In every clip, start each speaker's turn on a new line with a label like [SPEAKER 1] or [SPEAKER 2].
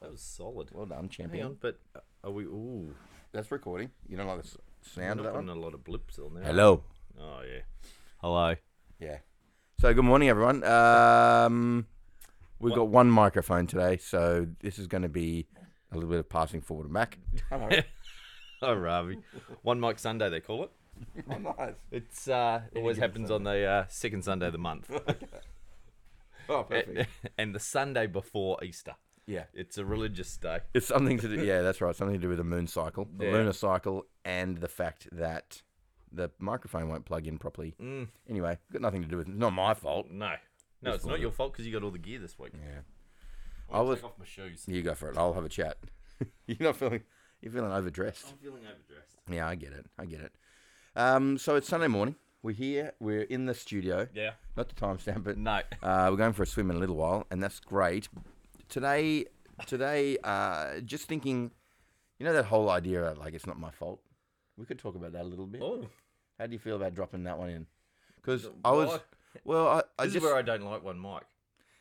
[SPEAKER 1] That was solid.
[SPEAKER 2] Well done,
[SPEAKER 1] Hang
[SPEAKER 2] champion.
[SPEAKER 1] on, but uh, are we? Ooh,
[SPEAKER 2] That's recording. You don't like the s- sound
[SPEAKER 1] not
[SPEAKER 2] of that
[SPEAKER 1] putting
[SPEAKER 2] one?
[SPEAKER 1] a lot of blips on there.
[SPEAKER 2] Hello.
[SPEAKER 1] Oh yeah. Hello.
[SPEAKER 2] Yeah. So good morning, everyone. Um, we've got one microphone today, so this is going to be a little bit of passing forward and back.
[SPEAKER 1] Oh Ravi. One mic Sunday they call it.
[SPEAKER 2] nice.
[SPEAKER 1] It's uh, always happens on the uh, second Sunday of the month,
[SPEAKER 2] Oh, perfect.
[SPEAKER 1] and the Sunday before Easter.
[SPEAKER 2] yeah.
[SPEAKER 1] It's a religious day.
[SPEAKER 2] It's something to do. Yeah, that's right. Something to do with the moon cycle, the
[SPEAKER 1] Yeah.
[SPEAKER 2] lunar cycle, and the fact that the microphone won't plug in properly. Anyway, got nothing to do with it. It's not my fault.
[SPEAKER 1] No, no, it's not your fault because you got all the gear this week.
[SPEAKER 2] Yeah.
[SPEAKER 1] I
[SPEAKER 2] was-
[SPEAKER 1] was off my shoes.
[SPEAKER 2] You go for it. I'll have a chat. you're not feeling. You're feeling overdressed.
[SPEAKER 1] I'm feeling overdressed.
[SPEAKER 2] Yeah, I get it. I get it. Um, so it's Sunday morning. We're here. We're in the studio.
[SPEAKER 1] Yeah.
[SPEAKER 2] Not the timestamp, but
[SPEAKER 1] No.
[SPEAKER 2] uh, we're going for a swim in a little while, and that's great. Today, today, uh, just thinking, you know, that whole idea of like it's not my fault. We could talk about that a little bit.
[SPEAKER 1] Oh,
[SPEAKER 2] How do you feel about dropping that one in? Because I was, well, I, I
[SPEAKER 1] this
[SPEAKER 2] just,
[SPEAKER 1] is where I don't like one mic.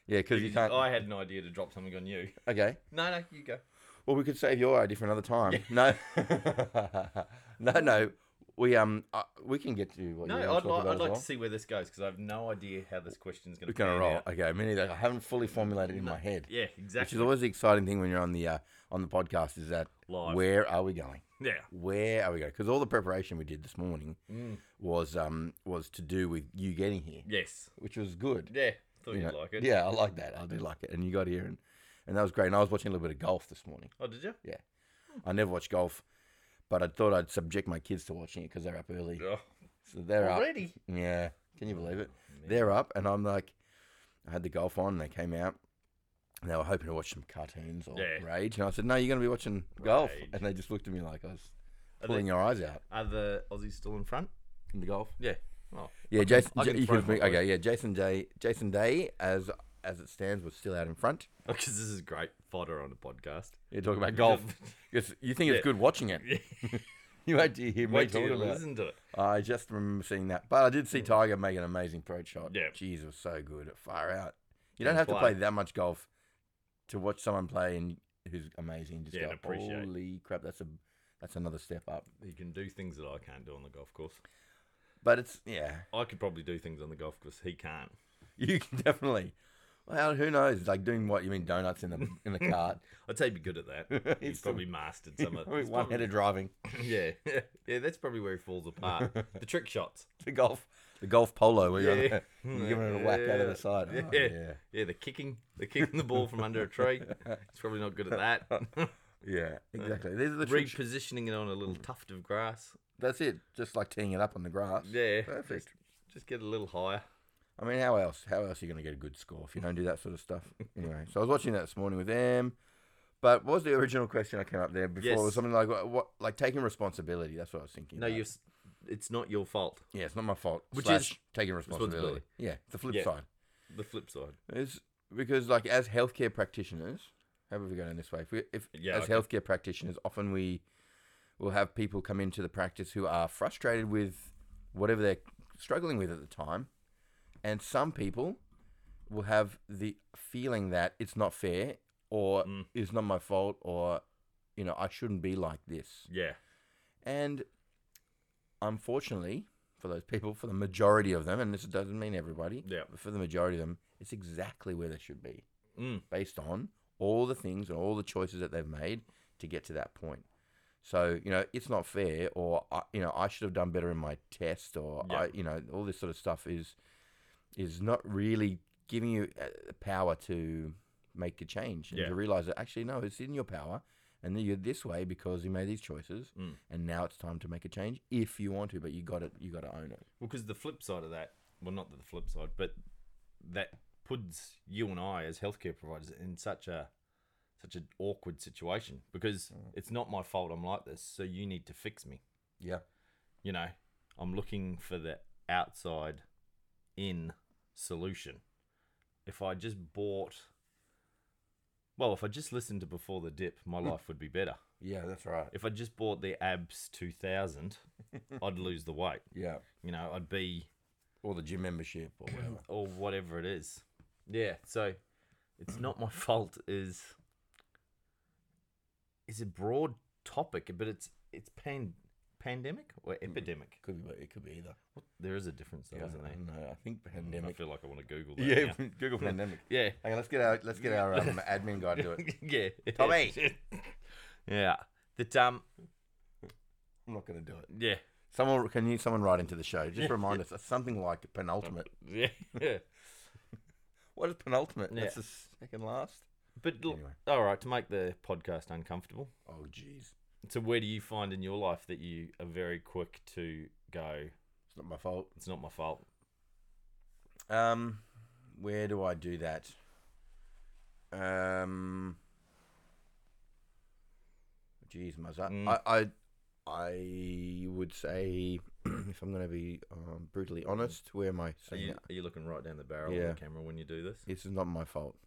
[SPEAKER 2] yeah, because you can't.
[SPEAKER 1] I had an idea to drop something on you.
[SPEAKER 2] Okay.
[SPEAKER 1] No, no, you go.
[SPEAKER 2] Well, we could save your idea for another time. No, no, no. We um, uh, we can get to what
[SPEAKER 1] No,
[SPEAKER 2] you want
[SPEAKER 1] I'd,
[SPEAKER 2] to talk
[SPEAKER 1] li-
[SPEAKER 2] about
[SPEAKER 1] I'd
[SPEAKER 2] as
[SPEAKER 1] like
[SPEAKER 2] well.
[SPEAKER 1] to see where this goes because I have no idea how this question's going to
[SPEAKER 2] We're gonna
[SPEAKER 1] pan
[SPEAKER 2] roll.
[SPEAKER 1] out.
[SPEAKER 2] Okay, many that I haven't fully formulated in my head,
[SPEAKER 1] Yeah,
[SPEAKER 2] which
[SPEAKER 1] exactly.
[SPEAKER 2] is always the exciting thing when you're on the uh, on the podcast. Is that
[SPEAKER 1] Live.
[SPEAKER 2] where are we going?
[SPEAKER 1] yeah.
[SPEAKER 2] Where are we going? Because all the preparation we did this morning
[SPEAKER 1] Mm.
[SPEAKER 2] was um was to do with you getting here,
[SPEAKER 1] Yes.
[SPEAKER 2] which was good.
[SPEAKER 1] Yeah. Thought
[SPEAKER 2] you
[SPEAKER 1] you'd
[SPEAKER 2] know.
[SPEAKER 1] like it.
[SPEAKER 2] Yeah, I like that. I do like it. And you got here, and and that was great. And I was watching a little bit of golf this morning.
[SPEAKER 1] Oh, did you?
[SPEAKER 2] Yeah, I never watch golf, but I thought I'd subject my kids to watching it because they're up early.
[SPEAKER 1] Oh,
[SPEAKER 2] So they're up.
[SPEAKER 1] already?
[SPEAKER 2] Yeah. Can you believe it? They're up, and I'm like, I had the golf on, and they came out, and they were hoping to watch some cartoons or
[SPEAKER 1] Yeah.
[SPEAKER 2] Rage, and I said, "No, you're going to be watching golf,"
[SPEAKER 1] Rage.
[SPEAKER 2] and they just looked at me like I was
[SPEAKER 1] Are
[SPEAKER 2] pulling
[SPEAKER 1] they-
[SPEAKER 2] your eyes out
[SPEAKER 1] Are the Aussies still in front?
[SPEAKER 2] in the golf.
[SPEAKER 1] Yeah. Oh.
[SPEAKER 2] Yeah, Jason.
[SPEAKER 1] I
[SPEAKER 2] J-
[SPEAKER 1] can
[SPEAKER 2] you
[SPEAKER 1] throw
[SPEAKER 2] can
[SPEAKER 1] my
[SPEAKER 2] bring-
[SPEAKER 1] voice.
[SPEAKER 2] okay, yeah, Jason Day. Jason Day, as as it stands, was still out in front.
[SPEAKER 1] Because this is great fodder on a podcast.
[SPEAKER 2] You talk about golf. 'Cause you think it's good watching it. you wait till you hear me
[SPEAKER 1] Wait till
[SPEAKER 2] talking
[SPEAKER 1] you
[SPEAKER 2] about. it.
[SPEAKER 1] listen to it.
[SPEAKER 2] I just remember seeing that, but I did see Tiger make an amazing throat shot.
[SPEAKER 1] Hmm. Yeah.
[SPEAKER 2] jeez, it was so good, far out. You don't
[SPEAKER 1] And
[SPEAKER 2] have to play
[SPEAKER 1] play.
[SPEAKER 2] that much golf to watch someone play and who's amazing. Just
[SPEAKER 1] Yeah,
[SPEAKER 2] go,
[SPEAKER 1] and appreciate.
[SPEAKER 2] holy crap, that's a that's another step up.
[SPEAKER 1] You can do things that I can't do on the golf course.
[SPEAKER 2] But it's yeah,
[SPEAKER 1] I could probably do things on the golf course. He can't.
[SPEAKER 2] you can definitely. Well, who knows? It's Like doing what you mean donuts in the in the cart,
[SPEAKER 1] I'd say he'd be good at that. He's
[SPEAKER 2] He's the-
[SPEAKER 1] probably mastered some of he's
[SPEAKER 2] one
[SPEAKER 1] probably-
[SPEAKER 2] headed driving,
[SPEAKER 1] Yeah. yeah, that's probably where he falls apart. the trick shots.
[SPEAKER 2] the golf, the golf polo where you're,
[SPEAKER 1] Yeah. Hmm,
[SPEAKER 2] you're giving it a whack out of the side. Oh,
[SPEAKER 1] Yeah.
[SPEAKER 2] yeah,
[SPEAKER 1] yeah, the kicking, the kicking the ball from under a tree. He's probably not good at that.
[SPEAKER 2] yeah, exactly. These are the tricks.
[SPEAKER 1] Repositioning it on a little tuft of grass.
[SPEAKER 2] That's it. Just like teeing it up on the grass.
[SPEAKER 1] Yeah,
[SPEAKER 2] perfect.
[SPEAKER 1] Just, just get a little higher.
[SPEAKER 2] I mean, how else? How else are you going to get a good score if you don't do that sort of stuff? Anyway, so I was watching that this morning with them. But what was the original question I came up there before? It
[SPEAKER 1] Yes.
[SPEAKER 2] was something like what, what, like taking responsibility. That's what I was thinking.
[SPEAKER 1] No,
[SPEAKER 2] about.
[SPEAKER 1] you. It's not your fault.
[SPEAKER 2] Yeah, it's not my fault.
[SPEAKER 1] Which
[SPEAKER 2] slash
[SPEAKER 1] is
[SPEAKER 2] taking responsibility.
[SPEAKER 1] responsibility.
[SPEAKER 2] Yeah, it's the flip
[SPEAKER 1] Yeah.
[SPEAKER 2] side.
[SPEAKER 1] The flip side.
[SPEAKER 2] It's because like as healthcare practitioners, how have we gone in this way? If, we, if
[SPEAKER 1] Yeah,
[SPEAKER 2] as
[SPEAKER 1] okay.
[SPEAKER 2] healthcare practitioners, often we will have people come into the practice who are frustrated with whatever they're struggling with at the time, and some people will have the feeling that it's not fair or
[SPEAKER 1] Mm.
[SPEAKER 2] it's not my fault or you know I shouldn't be like this.
[SPEAKER 1] Yeah.
[SPEAKER 2] And unfortunately, for those people, for the majority of them, and this doesn't mean everybody,
[SPEAKER 1] Yeah.
[SPEAKER 2] but for the majority of them, it's exactly where they should be
[SPEAKER 1] Mm.
[SPEAKER 2] based on all the things and all the choices that they've made to get to that point. So, you know, it's not fair or I, you know, I should have done better in my test or
[SPEAKER 1] Yeah.
[SPEAKER 2] I, you know, all this sort of stuff is is not really giving you uh, the power to make a change and
[SPEAKER 1] Yeah.
[SPEAKER 2] to realize that actually no, it's in your power and that you're this way because you made these choices
[SPEAKER 1] Mm.
[SPEAKER 2] and now it's time to make a change if you want to, but you got it you got to own it.
[SPEAKER 1] Well, because the flip side of that, well, not the flip side, but that puts you and I as healthcare providers in such a such an awkward situation because it's not my fault I'm like this, so you need to fix me.
[SPEAKER 2] Yeah.
[SPEAKER 1] You know, I'm looking for the outside in solution. If I just bought well, if I just listened to before the dip, my life would be better.
[SPEAKER 2] Yeah, that's right.
[SPEAKER 1] If I just bought the abs 2000, I'd lose the weight.
[SPEAKER 2] Yeah.
[SPEAKER 1] You know, I'd be
[SPEAKER 2] Or the gym membership or whatever.
[SPEAKER 1] or whatever it is. Yeah, so it's not my fault is is a broad topic, but it's it's pan pandemic or epidemic.
[SPEAKER 2] Could be, it could be either.
[SPEAKER 1] What? There is a difference, though,
[SPEAKER 2] Yeah,
[SPEAKER 1] isn't there?
[SPEAKER 2] no, I think
[SPEAKER 1] I
[SPEAKER 2] pandemic.
[SPEAKER 1] feel like I want to Google that.
[SPEAKER 2] Yeah,
[SPEAKER 1] now.
[SPEAKER 2] Google pandemic.
[SPEAKER 1] yeah,
[SPEAKER 2] Okay, let's get our let's get our um, admin guy to do it.
[SPEAKER 1] yeah,
[SPEAKER 2] Tommy.
[SPEAKER 1] yeah, that um,
[SPEAKER 2] I'm not going to do it.
[SPEAKER 1] yeah,
[SPEAKER 2] Someone can you someone write into the show? Just remind us it's something like penultimate.
[SPEAKER 1] yeah, yeah.
[SPEAKER 2] What is penultimate?
[SPEAKER 1] Yeah.
[SPEAKER 2] That's the second last.
[SPEAKER 1] But l-
[SPEAKER 2] Anyway.
[SPEAKER 1] all right, to make the podcast uncomfortable.
[SPEAKER 2] Oh jeez,
[SPEAKER 1] So, where do you find in your life that you are very quick to go?
[SPEAKER 2] it's not my fault.
[SPEAKER 1] It's not my fault.
[SPEAKER 2] Um, where do I do that? Um, geez, Muzz, I-
[SPEAKER 1] Mm.
[SPEAKER 2] I, I, I would say, if I'm going to be um, brutally honest, where am I
[SPEAKER 1] Are
[SPEAKER 2] saying
[SPEAKER 1] you,
[SPEAKER 2] it?
[SPEAKER 1] are you looking right down the barrel
[SPEAKER 2] Yeah.
[SPEAKER 1] of the camera when you do this?
[SPEAKER 2] This is not my fault.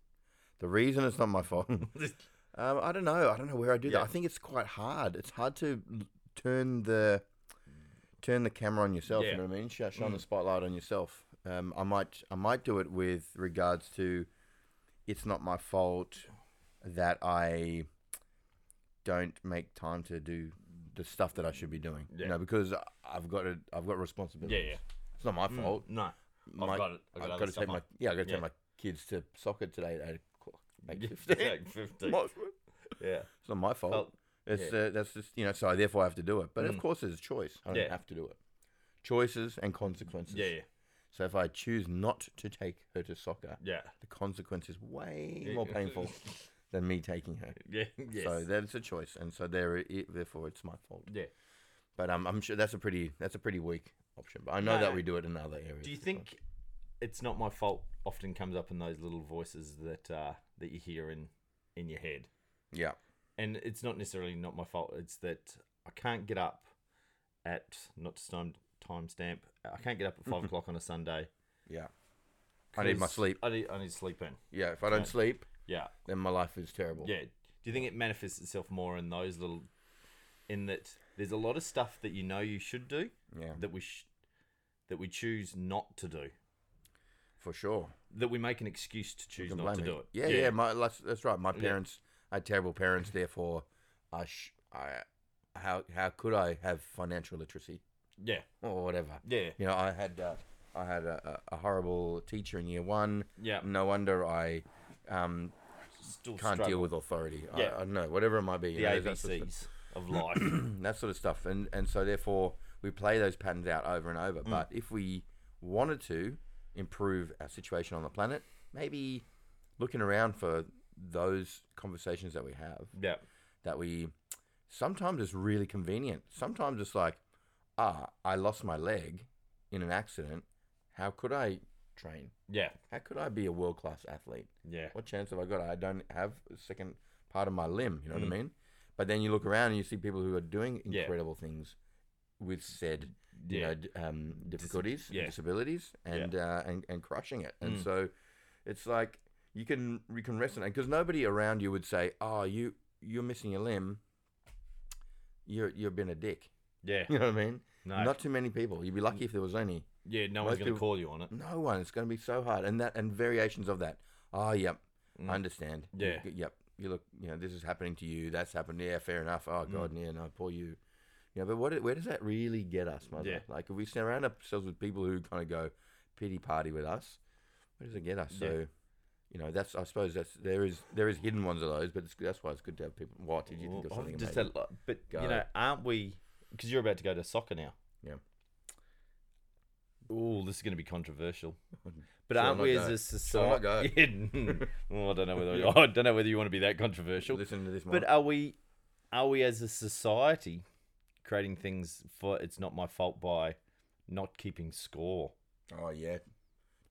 [SPEAKER 2] The reason it's not my fault, um, I don't know. I don't know where I do
[SPEAKER 1] Yeah.
[SPEAKER 2] that. I think it's quite hard. It's hard to l- turn the turn the camera on yourself.
[SPEAKER 1] Yeah. Mm.
[SPEAKER 2] You know what I mean? Sh- Shine the spotlight on yourself. Um, I might I might do it with regards to it's not my fault that I don't make time to do the stuff that I should be doing.
[SPEAKER 1] Yeah.
[SPEAKER 2] You know, because I- I've got a, I've got responsibilities.
[SPEAKER 1] yeah. Mm.
[SPEAKER 2] It's not my fault.
[SPEAKER 1] No,
[SPEAKER 2] My-
[SPEAKER 1] I've got it. I've got,
[SPEAKER 2] I've
[SPEAKER 1] other
[SPEAKER 2] got to
[SPEAKER 1] stuff
[SPEAKER 2] take my
[SPEAKER 1] on.
[SPEAKER 2] yeah. I've got to
[SPEAKER 1] Yeah.
[SPEAKER 2] take my kids to soccer today at eight o'clock. Make
[SPEAKER 1] Yeah,
[SPEAKER 2] 15.
[SPEAKER 1] take 15.
[SPEAKER 2] My-
[SPEAKER 1] Yeah.
[SPEAKER 2] It's not my fault.
[SPEAKER 1] Well,
[SPEAKER 2] it's uh, that's just you know. So therefore, I have to do it. But of
[SPEAKER 1] Mm.
[SPEAKER 2] course, there's a choice. I don't
[SPEAKER 1] Yeah.
[SPEAKER 2] have to do it. Choices and consequences.
[SPEAKER 1] Yeah, yeah,
[SPEAKER 2] So if I choose not to take her to soccer,
[SPEAKER 1] yeah.
[SPEAKER 2] the consequence is way
[SPEAKER 1] Yeah.
[SPEAKER 2] more painful than me taking her.
[SPEAKER 1] Yeah, yes.
[SPEAKER 2] So that's a choice, and so there, it, therefore, it's my fault.
[SPEAKER 1] yeah.
[SPEAKER 2] But um, I'm sure that's a pretty that's a pretty weak option. But I know
[SPEAKER 1] No,
[SPEAKER 2] that
[SPEAKER 1] no.
[SPEAKER 2] we do it in other areas.
[SPEAKER 1] Do you
[SPEAKER 2] as well.
[SPEAKER 1] think it's not my fault? Often comes up in those little voices that uh, that you hear in in your head,
[SPEAKER 2] Yeah.
[SPEAKER 1] and it's not necessarily not my fault. It's that I can't get up at not to time time stamp. I can't get up at five o'clock on a Sunday.
[SPEAKER 2] Yeah. I need my
[SPEAKER 1] 'cause
[SPEAKER 2] sleep.
[SPEAKER 1] I need I need to sleep in.
[SPEAKER 2] Yeah. If I don't sleep,
[SPEAKER 1] Yeah,
[SPEAKER 2] then my life is terrible.
[SPEAKER 1] yeah. Do you think it manifests itself more in those little, in that there's a lot of stuff that you know you should do
[SPEAKER 2] Yeah.
[SPEAKER 1] that we sh- that we choose not to do
[SPEAKER 2] For sure.
[SPEAKER 1] that we make an excuse to choose
[SPEAKER 2] can
[SPEAKER 1] not to
[SPEAKER 2] blame
[SPEAKER 1] do
[SPEAKER 2] me.
[SPEAKER 1] it.
[SPEAKER 2] Yeah, yeah, my, that's, that's right. My parents, I had terrible parents. Therefore, I, sh- I, how how could I have financial literacy
[SPEAKER 1] yeah,
[SPEAKER 2] or whatever?
[SPEAKER 1] yeah,
[SPEAKER 2] You know, I had uh, I had a, a a horrible teacher in year one.
[SPEAKER 1] yeah.
[SPEAKER 2] No wonder I um,
[SPEAKER 1] Still
[SPEAKER 2] Mm. can't
[SPEAKER 1] struggle.
[SPEAKER 2] deal with authority.
[SPEAKER 1] Yeah.
[SPEAKER 2] I, I don't know whatever it might be. you
[SPEAKER 1] the
[SPEAKER 2] know, that sort of stuff.
[SPEAKER 1] ABCs of life.
[SPEAKER 2] that sort of stuff. And and so therefore we play those patterns out over and over. But if we wanted to improve our situation on the planet, maybe looking around for those conversations that we have
[SPEAKER 1] yeah,
[SPEAKER 2] that we sometimes it's really convenient. Sometimes it's like, ah, I lost my leg in an accident. How could I train?
[SPEAKER 1] yeah,
[SPEAKER 2] How could I be a world class athlete?
[SPEAKER 1] yeah,
[SPEAKER 2] what chance have I got? I don't have a second part of my limb. You know what I mean? But then you look around and you see people who are doing
[SPEAKER 1] Mm. Yeah.
[SPEAKER 2] incredible things with said, you
[SPEAKER 1] Yeah.
[SPEAKER 2] know, d- um, difficulties, and
[SPEAKER 1] yeah. Mm.
[SPEAKER 2] disabilities, and uh, and and crushing it. And so it's like you can you can resonate because nobody around you would say, "Oh, you you're missing a limb. You're you're being a dick."
[SPEAKER 1] yeah,
[SPEAKER 2] You know what I mean?
[SPEAKER 1] No. Mm.
[SPEAKER 2] Not too many people. You'd be lucky if there was any.
[SPEAKER 1] yeah. No one's
[SPEAKER 2] most
[SPEAKER 1] going to
[SPEAKER 2] people- Mm.
[SPEAKER 1] call you on it.
[SPEAKER 2] No one. It's going to be so hard, and that and variations of that. Ah, yep, I understand. You-
[SPEAKER 1] Mm. Yeah.
[SPEAKER 2] you- yep. You look, you know, this is happening to you. That's happened. Yeah, fair enough.
[SPEAKER 1] Mm.
[SPEAKER 2] Oh God, yeah, no, poor you. You know, but what? Where does that really get us, mother?
[SPEAKER 1] Yeah.
[SPEAKER 2] Like, if we surround ourselves with people who kind of go pity party with us, where does it get us?
[SPEAKER 1] Yeah.
[SPEAKER 2] So, you know, that's I suppose that's there is there is hidden ones of those, but it's, that's why it's good to have people. What did you think of
[SPEAKER 1] Well, I've
[SPEAKER 2] something?
[SPEAKER 1] just
[SPEAKER 2] amazing?
[SPEAKER 1] had, like, but
[SPEAKER 2] Go.
[SPEAKER 1] you know, aren't we? Because you're about to go to soccer now.
[SPEAKER 2] yeah.
[SPEAKER 1] Oh, this is going to be controversial. But
[SPEAKER 2] Shall I
[SPEAKER 1] aren't
[SPEAKER 2] not
[SPEAKER 1] we
[SPEAKER 2] go?
[SPEAKER 1] as a
[SPEAKER 2] Shall I not
[SPEAKER 1] society? Mm,
[SPEAKER 2] go?
[SPEAKER 1] well, I don't know whether I don't know whether you want to be that controversial.
[SPEAKER 2] Listen to this,
[SPEAKER 1] But
[SPEAKER 2] but
[SPEAKER 1] are we are we as a society creating things for it's not my fault by not keeping score?
[SPEAKER 2] oh yeah, Does that-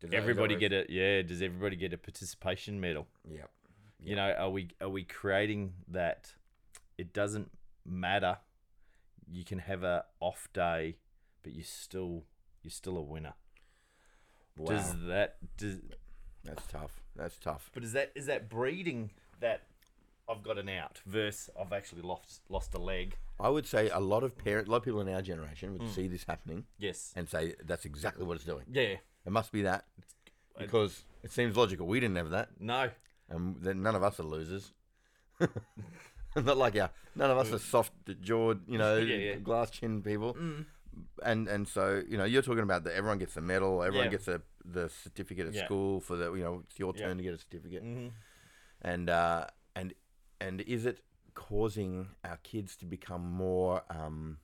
[SPEAKER 2] is that
[SPEAKER 1] everybody
[SPEAKER 2] what-
[SPEAKER 1] get a yeah, does everybody get a participation medal?
[SPEAKER 2] Yep.
[SPEAKER 1] You know, are we are we creating that it doesn't matter. You can have a off day, but you still you're still a winner.
[SPEAKER 2] Wow,
[SPEAKER 1] Does that does
[SPEAKER 2] that's tough. That's tough.
[SPEAKER 1] but is that is that breeding that I've got an out versus I've actually lost lost a leg?
[SPEAKER 2] I would say a lot of parent, a lot of people in our generation
[SPEAKER 1] Hmm.
[SPEAKER 2] would see this happening
[SPEAKER 1] Yes.
[SPEAKER 2] and say that's exactly what it's doing.
[SPEAKER 1] Yeah.
[SPEAKER 2] It must be that because it seems logical. We didn't have that,
[SPEAKER 1] No.
[SPEAKER 2] and then none of us are losers. not like our none of us are soft jawed, you know,
[SPEAKER 1] Yeah, yeah. Hmm.
[SPEAKER 2] glass chin people. And and so you know, you're talking about that everyone gets a medal, everyone
[SPEAKER 1] Yeah.
[SPEAKER 2] gets a the certificate at
[SPEAKER 1] Yeah.
[SPEAKER 2] school for the you know it's your
[SPEAKER 1] Yeah.
[SPEAKER 2] turn to get a certificate.
[SPEAKER 1] Mm-hmm.
[SPEAKER 2] And uh, and and is it causing our kids to become more, um,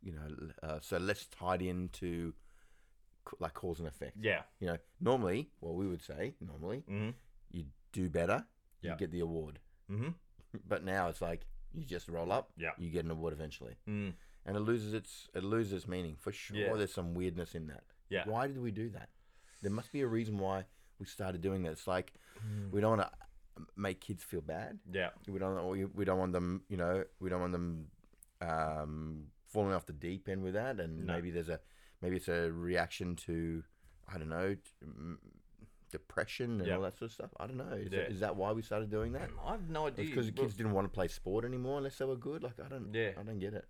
[SPEAKER 2] you know, l- uh, so less tied into c- like cause and effect?
[SPEAKER 1] Yeah.
[SPEAKER 2] You know, normally, well, we would say normally
[SPEAKER 1] Mm-hmm.
[SPEAKER 2] you do better,
[SPEAKER 1] Yeah.
[SPEAKER 2] you get the award.
[SPEAKER 1] Mm-hmm.
[SPEAKER 2] But now it's like you just roll up,
[SPEAKER 1] Yeah.
[SPEAKER 2] you get an award eventually,
[SPEAKER 1] Mm.
[SPEAKER 2] and it loses its it loses its meaning for sure.
[SPEAKER 1] Yeah.
[SPEAKER 2] There's some weirdness in that.
[SPEAKER 1] Yeah.
[SPEAKER 2] Why did we do that? There must be a reason why we started doing that. It's like
[SPEAKER 1] Hmm.
[SPEAKER 2] we don't want to make kids feel bad.
[SPEAKER 1] Yeah.
[SPEAKER 2] We don't. we- We don't want them. You know. We don't want them um, falling off the deep end with that. And
[SPEAKER 1] No.
[SPEAKER 2] maybe there's a maybe it's a reaction to I don't know t- m- depression and
[SPEAKER 1] Yeah.
[SPEAKER 2] all that sort of stuff. I don't know. Is,
[SPEAKER 1] Yeah.
[SPEAKER 2] that, is that why we started doing that?
[SPEAKER 1] I have no idea.
[SPEAKER 2] because the
[SPEAKER 1] Well,
[SPEAKER 2] kids didn't want to play sport anymore unless they were good. Like I don't.
[SPEAKER 1] Yeah.
[SPEAKER 2] I don't get it.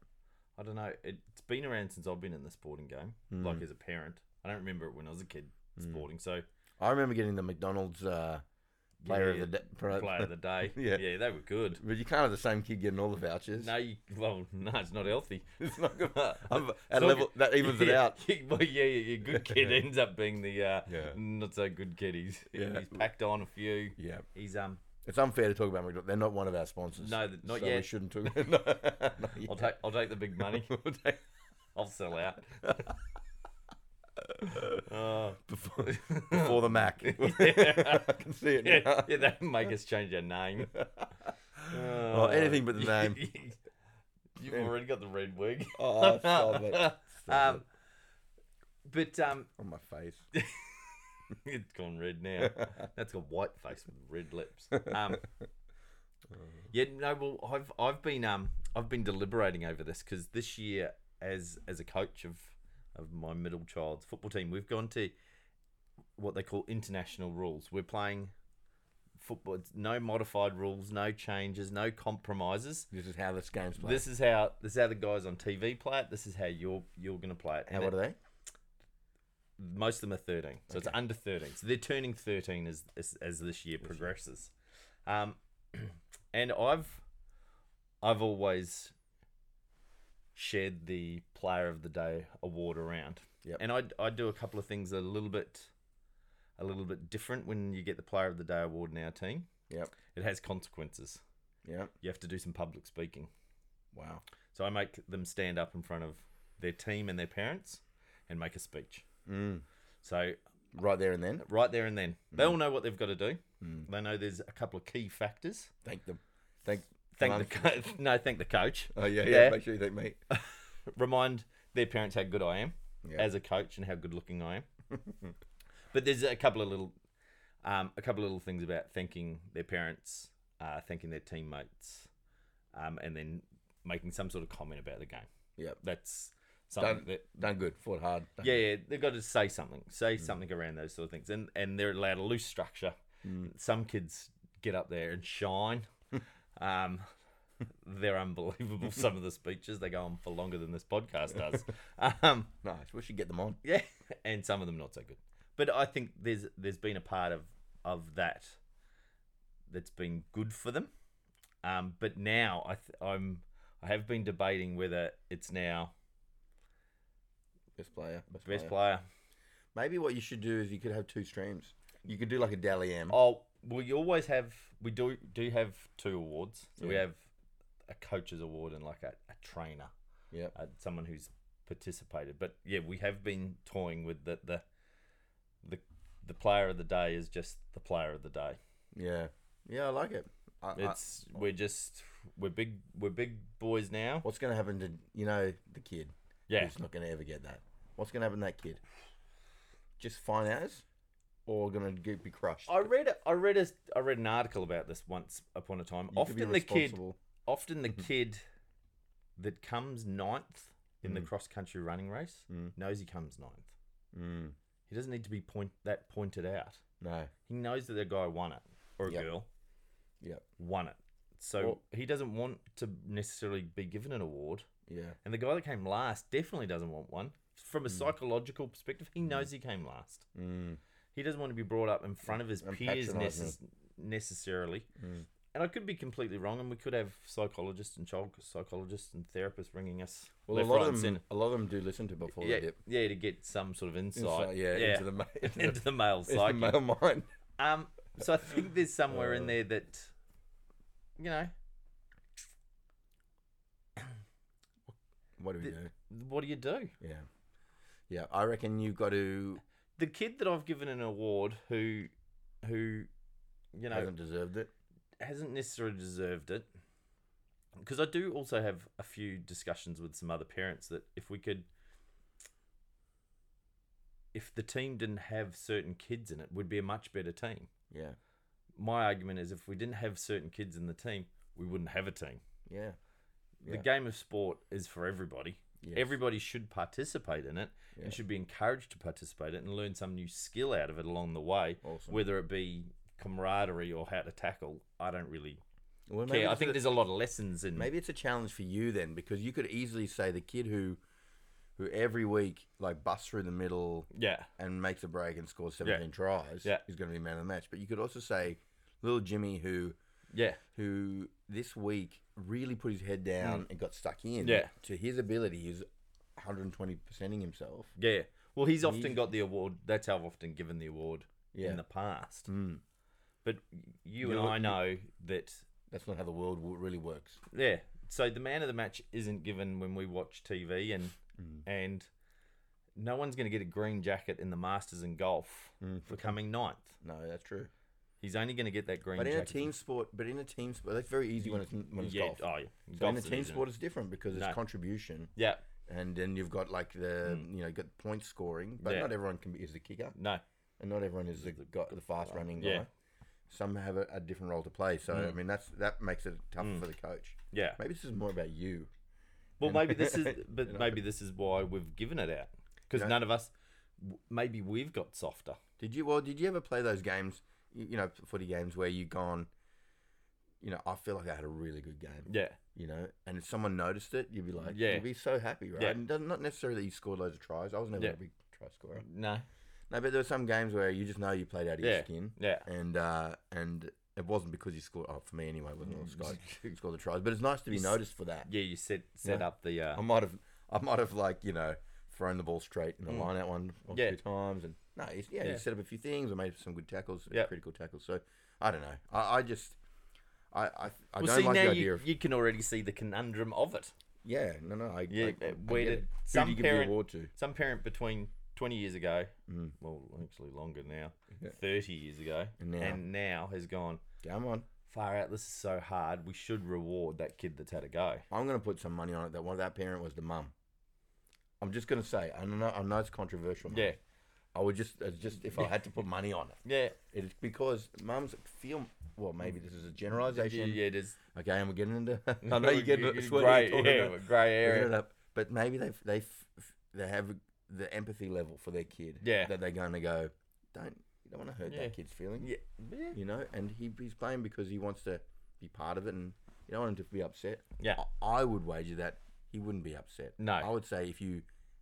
[SPEAKER 1] I don't know. It's been around since I've been in the sporting game,
[SPEAKER 2] Hmm.
[SPEAKER 1] like as a parent. I don't remember it when I was a kid sporting. So
[SPEAKER 2] I remember getting the McDonald's uh, player of the day. pro-
[SPEAKER 1] player of the day.
[SPEAKER 2] Yeah.
[SPEAKER 1] yeah, they were good.
[SPEAKER 2] but you can't have the same kid getting all the vouchers.
[SPEAKER 1] No, you, well, no, it's not healthy.
[SPEAKER 2] It's not good.
[SPEAKER 1] At
[SPEAKER 2] I'm- at level that evens it out.
[SPEAKER 1] well, yeah, yeah, your good kid ends up being the uh,
[SPEAKER 2] Yeah.
[SPEAKER 1] not so good kid. He's
[SPEAKER 2] Yeah.
[SPEAKER 1] he's packed on a few.
[SPEAKER 2] Yeah.
[SPEAKER 1] He's um.
[SPEAKER 2] It's unfair to talk about McDonald's. They're not one of our sponsors.
[SPEAKER 1] No, th- not
[SPEAKER 2] so We
[SPEAKER 1] yet.
[SPEAKER 2] shouldn't talk. no, not
[SPEAKER 1] I'll
[SPEAKER 2] yet.
[SPEAKER 1] take I'll take the big money. I'll sell out. Oh.
[SPEAKER 2] before, before the Mac.
[SPEAKER 1] Yeah.
[SPEAKER 2] I can see it.
[SPEAKER 1] yeah,
[SPEAKER 2] now.
[SPEAKER 1] yeah, that make us change our name.
[SPEAKER 2] Oh, anything but the
[SPEAKER 1] Uh,
[SPEAKER 2] name.
[SPEAKER 1] You've already got the red wig.
[SPEAKER 2] Oh, stop it. Stop
[SPEAKER 1] um,
[SPEAKER 2] it.
[SPEAKER 1] but um,
[SPEAKER 2] On my face.
[SPEAKER 1] it's gone red now. That's got white face with red lips. Um, yeah, no. Well, I've I've been um I've been deliberating over this because this year, as as a coach of of my middle child's football team, we've gone to what they call international rules. We're playing football. It's no modified rules, no changes, no compromises.
[SPEAKER 2] This is how this game's played.
[SPEAKER 1] This is how this is how the guys on TV play it. This is how you're you're going to play it.
[SPEAKER 2] how
[SPEAKER 1] And
[SPEAKER 2] old are they?
[SPEAKER 1] most of them are 13 so it's under 13 so they're turning 13 as as, as this year progresses um and i've i've always shared the player of the day award around
[SPEAKER 2] Yep.
[SPEAKER 1] and i i do a couple of things a little bit a little bit different when you get the player of the day award in our team
[SPEAKER 2] Yep.
[SPEAKER 1] it has consequences
[SPEAKER 2] Yep.
[SPEAKER 1] you have to do some public speaking
[SPEAKER 2] Wow.
[SPEAKER 1] so i make them stand up in front of their team and their parents and make a speech
[SPEAKER 2] Mm.
[SPEAKER 1] so
[SPEAKER 2] Right there and then.
[SPEAKER 1] right there and then. They all know what they've got to do. They know there's a couple of key factors.
[SPEAKER 2] Thank them. Thank.
[SPEAKER 1] Thank
[SPEAKER 2] mum.
[SPEAKER 1] the co- no, thank the coach.
[SPEAKER 2] Oh yeah, yeah.
[SPEAKER 1] Yeah.
[SPEAKER 2] Make sure you thank me.
[SPEAKER 1] Remind their parents how good I am
[SPEAKER 2] Yeah.
[SPEAKER 1] as a coach and how good looking I am. but there's a couple of little, um, a couple of little things about thanking their parents, uh, thanking their teammates, um, and then making some sort of comment about the game.
[SPEAKER 2] Yep.
[SPEAKER 1] That's something
[SPEAKER 2] Done.
[SPEAKER 1] that
[SPEAKER 2] Done good. Fought hard. Done
[SPEAKER 1] Yeah, yeah, they've got to say something, say something around those sort of things, and and they're allowed a loose structure. Some kids get up there and shine. um, they're unbelievable. Some of the speeches they go on for longer than this podcast does. um,
[SPEAKER 2] Nice. We should get them on.
[SPEAKER 1] yeah, and some of them not so good. But I think there's there's been a part of of that that's been good for them. Um, but now I th- I'm I have been debating whether it's now
[SPEAKER 2] Best player.
[SPEAKER 1] best player.
[SPEAKER 2] Maybe what you should do is you could have two streams. You could do like a Dally M.
[SPEAKER 1] Oh, well, you always have. We do do have two awards. So we
[SPEAKER 2] Yeah.
[SPEAKER 1] have a coach's award and like a, a trainer,
[SPEAKER 2] Yeah.
[SPEAKER 1] uh, someone who's participated. But yeah, we have been toying with the the the, the player of the day is just the player of the day.
[SPEAKER 2] Yeah. Yeah, I like it. I, I-
[SPEAKER 1] It's we're just we're big we're big boys now.
[SPEAKER 2] what's going to happen to you know the kid?
[SPEAKER 1] Yeah,
[SPEAKER 2] Who's not going to ever get that? What's going to happen to that kid? Just fine as, or going to be crushed?
[SPEAKER 1] I read a- I read a I read an article about this once upon a time.
[SPEAKER 2] You could be
[SPEAKER 1] often the kid
[SPEAKER 2] responsible.
[SPEAKER 1] often the kid that comes ninth in the cross country running race knows he comes ninth.
[SPEAKER 2] Mm,
[SPEAKER 1] He doesn't need to be point that pointed out.
[SPEAKER 2] no.
[SPEAKER 1] He knows that the guy won it or a
[SPEAKER 2] Yep.
[SPEAKER 1] girl
[SPEAKER 2] Yep.
[SPEAKER 1] won it. So
[SPEAKER 2] Well-
[SPEAKER 1] he doesn't want to necessarily be given an award.
[SPEAKER 2] Yeah.
[SPEAKER 1] And the guy that came last definitely doesn't want one. From a
[SPEAKER 2] Hmm.
[SPEAKER 1] psychological perspective, he knows he came last.
[SPEAKER 2] Mm,
[SPEAKER 1] He doesn't want to be brought up in front of his
[SPEAKER 2] And
[SPEAKER 1] peers
[SPEAKER 2] patronising. Hmm.
[SPEAKER 1] necess- necessarily and I could be completely wrong, and we could have psychologists and child psychologists and therapists ringing us.
[SPEAKER 2] Well,
[SPEAKER 1] left,
[SPEAKER 2] a lot
[SPEAKER 1] right,
[SPEAKER 2] of
[SPEAKER 1] and
[SPEAKER 2] them,
[SPEAKER 1] centre.
[SPEAKER 2] a lot of them do listen to before
[SPEAKER 1] yeah,
[SPEAKER 2] the dip.
[SPEAKER 1] yeah, to get some sort of
[SPEAKER 2] Insight,
[SPEAKER 1] insight,
[SPEAKER 2] yeah, into the ma- into the-
[SPEAKER 1] into the male
[SPEAKER 2] It's the
[SPEAKER 1] psyche.
[SPEAKER 2] male Uh. mind.
[SPEAKER 1] Um, so I think there's somewhere in there that, you know,
[SPEAKER 2] What do we
[SPEAKER 1] The-
[SPEAKER 2] do?
[SPEAKER 1] what do you do?
[SPEAKER 2] Yeah, yeah. I reckon you've got to
[SPEAKER 1] The kid that I've given an award, who, who, you know,
[SPEAKER 2] hasn't deserved it.
[SPEAKER 1] hasn't necessarily deserved it. Because I do also have a few discussions with some other parents that if we could, if the team didn't have certain kids in it, would be a much better team.
[SPEAKER 2] Yeah,
[SPEAKER 1] My argument is if we didn't have certain kids in the team, we wouldn't have a team.
[SPEAKER 2] yeah,
[SPEAKER 1] The
[SPEAKER 2] Yeah.
[SPEAKER 1] game of sport is for everybody.
[SPEAKER 2] Yes.
[SPEAKER 1] Everybody should participate in it
[SPEAKER 2] Yeah.
[SPEAKER 1] and should be encouraged to participate in it and learn some new skill out of it along the way,
[SPEAKER 2] Awesome.
[SPEAKER 1] whether it be camaraderie or how to tackle. I don't really
[SPEAKER 2] Well,
[SPEAKER 1] care. I
[SPEAKER 2] it's
[SPEAKER 1] think
[SPEAKER 2] a-
[SPEAKER 1] there's a lot of lessons in
[SPEAKER 2] maybe it's a challenge for you then, because you could easily say the kid who, who every week like busts through the middle
[SPEAKER 1] Yeah.
[SPEAKER 2] and makes a break and scores seventeen tries,
[SPEAKER 1] Yeah.
[SPEAKER 2] is going to be man of the match. But you could also say little Jimmy who
[SPEAKER 1] Yeah.
[SPEAKER 2] who this week really put his head down and got stuck in.
[SPEAKER 1] Mm. Yeah.
[SPEAKER 2] To his ability, he's 120 percenting himself.
[SPEAKER 1] Yeah. Well, he's often
[SPEAKER 2] He's-
[SPEAKER 1] got the award. That's how I've often given the award
[SPEAKER 2] Yeah. Hmm.
[SPEAKER 1] in the past. But you
[SPEAKER 2] You
[SPEAKER 1] and
[SPEAKER 2] know-
[SPEAKER 1] I know that
[SPEAKER 2] That's not how the world wo- really works.
[SPEAKER 1] Yeah. So the man of the match isn't given when we watch TV, and and no one's going to get a green jacket in the Masters in golf for coming ninth.
[SPEAKER 2] No, that's true.
[SPEAKER 1] He's only going to get that green
[SPEAKER 2] But in a
[SPEAKER 1] jacket.
[SPEAKER 2] team sport, but in a team sport, that's very easy when it's when it's
[SPEAKER 1] yeah,
[SPEAKER 2] golf.
[SPEAKER 1] oh, yeah.
[SPEAKER 2] So in a
[SPEAKER 1] Golf's
[SPEAKER 2] team
[SPEAKER 1] easy.
[SPEAKER 2] sport, it's different because it's
[SPEAKER 1] No.
[SPEAKER 2] contribution,
[SPEAKER 1] Yeah.
[SPEAKER 2] and then you've got like the you know got point scoring, but
[SPEAKER 1] Hmm. Yeah.
[SPEAKER 2] not everyone can be is the kicker,
[SPEAKER 1] No.
[SPEAKER 2] and not everyone is the guy, the fast running guy.
[SPEAKER 1] Yeah. Hmm.
[SPEAKER 2] Some have a, a different role to play, so I mean that's that makes it tough for the coach.
[SPEAKER 1] Yeah.
[SPEAKER 2] Maybe this is more about you.
[SPEAKER 1] Well,
[SPEAKER 2] you know?
[SPEAKER 1] maybe this is, but
[SPEAKER 2] You know?
[SPEAKER 1] maybe this is why we've given it out because
[SPEAKER 2] You know-
[SPEAKER 1] none of us. w- Maybe we've got softer.
[SPEAKER 2] Did you well? Did you ever play those games? You you know, footy games where you gone. You know, I feel like I had a really good game.
[SPEAKER 1] Yeah.
[SPEAKER 2] You know, and if someone noticed it, you'd be like,
[SPEAKER 1] Yeah.
[SPEAKER 2] you'd be so happy, right?
[SPEAKER 1] Yeah.
[SPEAKER 2] And it doesn't not necessarily that you scored loads of tries. I was never
[SPEAKER 1] Yeah.
[SPEAKER 2] a big try scorer.
[SPEAKER 1] No.
[SPEAKER 2] No, but there were some games where you just know you played out of your
[SPEAKER 1] Yeah.
[SPEAKER 2] skin,
[SPEAKER 1] Yeah.
[SPEAKER 2] and uh, and it wasn't because you scored. Oh, for me anyway, it
[SPEAKER 1] Mm.
[SPEAKER 2] wasn't all scored, scored the tries. But it's nice to be noticed for that.
[SPEAKER 1] Yeah. You set set
[SPEAKER 2] No.
[SPEAKER 1] up the. Uh,
[SPEAKER 2] I might have, I might have like you know thrown the ball straight in the line out one or
[SPEAKER 1] Mm. Yeah.
[SPEAKER 2] two times, and no, he's, yeah,
[SPEAKER 1] Yeah.
[SPEAKER 2] he set up a few things and made some good tackles,
[SPEAKER 1] Yep.
[SPEAKER 2] critical tackles. So I don't know. I, I just, I, I, I
[SPEAKER 1] well,
[SPEAKER 2] don't like
[SPEAKER 1] see now
[SPEAKER 2] the
[SPEAKER 1] you,
[SPEAKER 2] idea of
[SPEAKER 1] you can already see the conundrum of it.
[SPEAKER 2] yeah, no, no, I
[SPEAKER 1] Yeah,
[SPEAKER 2] I,
[SPEAKER 1] uh,
[SPEAKER 2] I
[SPEAKER 1] where
[SPEAKER 2] get
[SPEAKER 1] did
[SPEAKER 2] it.
[SPEAKER 1] some
[SPEAKER 2] Who do you give
[SPEAKER 1] parent-
[SPEAKER 2] the award to?
[SPEAKER 1] some parent between 20 years ago, well, actually longer now, 30 years ago,
[SPEAKER 2] Mm. And now.
[SPEAKER 1] and now has gone,
[SPEAKER 2] Come on,
[SPEAKER 1] far out, this is so hard. We should reward that kid that's had a go.
[SPEAKER 2] I'm gonna put some money on it that one of that parent was the mum. I'm just gonna say, I know, I know it's controversial. mate.
[SPEAKER 1] Yeah.
[SPEAKER 2] I would just, it's just if I had to put money on it,
[SPEAKER 1] Yeah.
[SPEAKER 2] it's because mums feel. Well, maybe this is a
[SPEAKER 1] Yeah,
[SPEAKER 2] generalization.
[SPEAKER 1] yeah, it is.
[SPEAKER 2] Okay, and we're getting into. I know you're getting it's what
[SPEAKER 1] grey,
[SPEAKER 2] you're talking
[SPEAKER 1] yeah,
[SPEAKER 2] about.
[SPEAKER 1] grey
[SPEAKER 2] We're
[SPEAKER 1] area.
[SPEAKER 2] getting up, but maybe they they f- f- they have the empathy level for their kid.
[SPEAKER 1] Yeah.
[SPEAKER 2] that they're going to go. Don't you don't want to hurt
[SPEAKER 1] Yeah.
[SPEAKER 2] that kid's feeling.
[SPEAKER 1] Yeah. yeah.
[SPEAKER 2] you know, and he, he's playing because he wants to be part of it, and you don't want him to be upset.
[SPEAKER 1] Yeah.
[SPEAKER 2] I, I would wager that he wouldn't be upset.
[SPEAKER 1] No. Mm.
[SPEAKER 2] I would say if you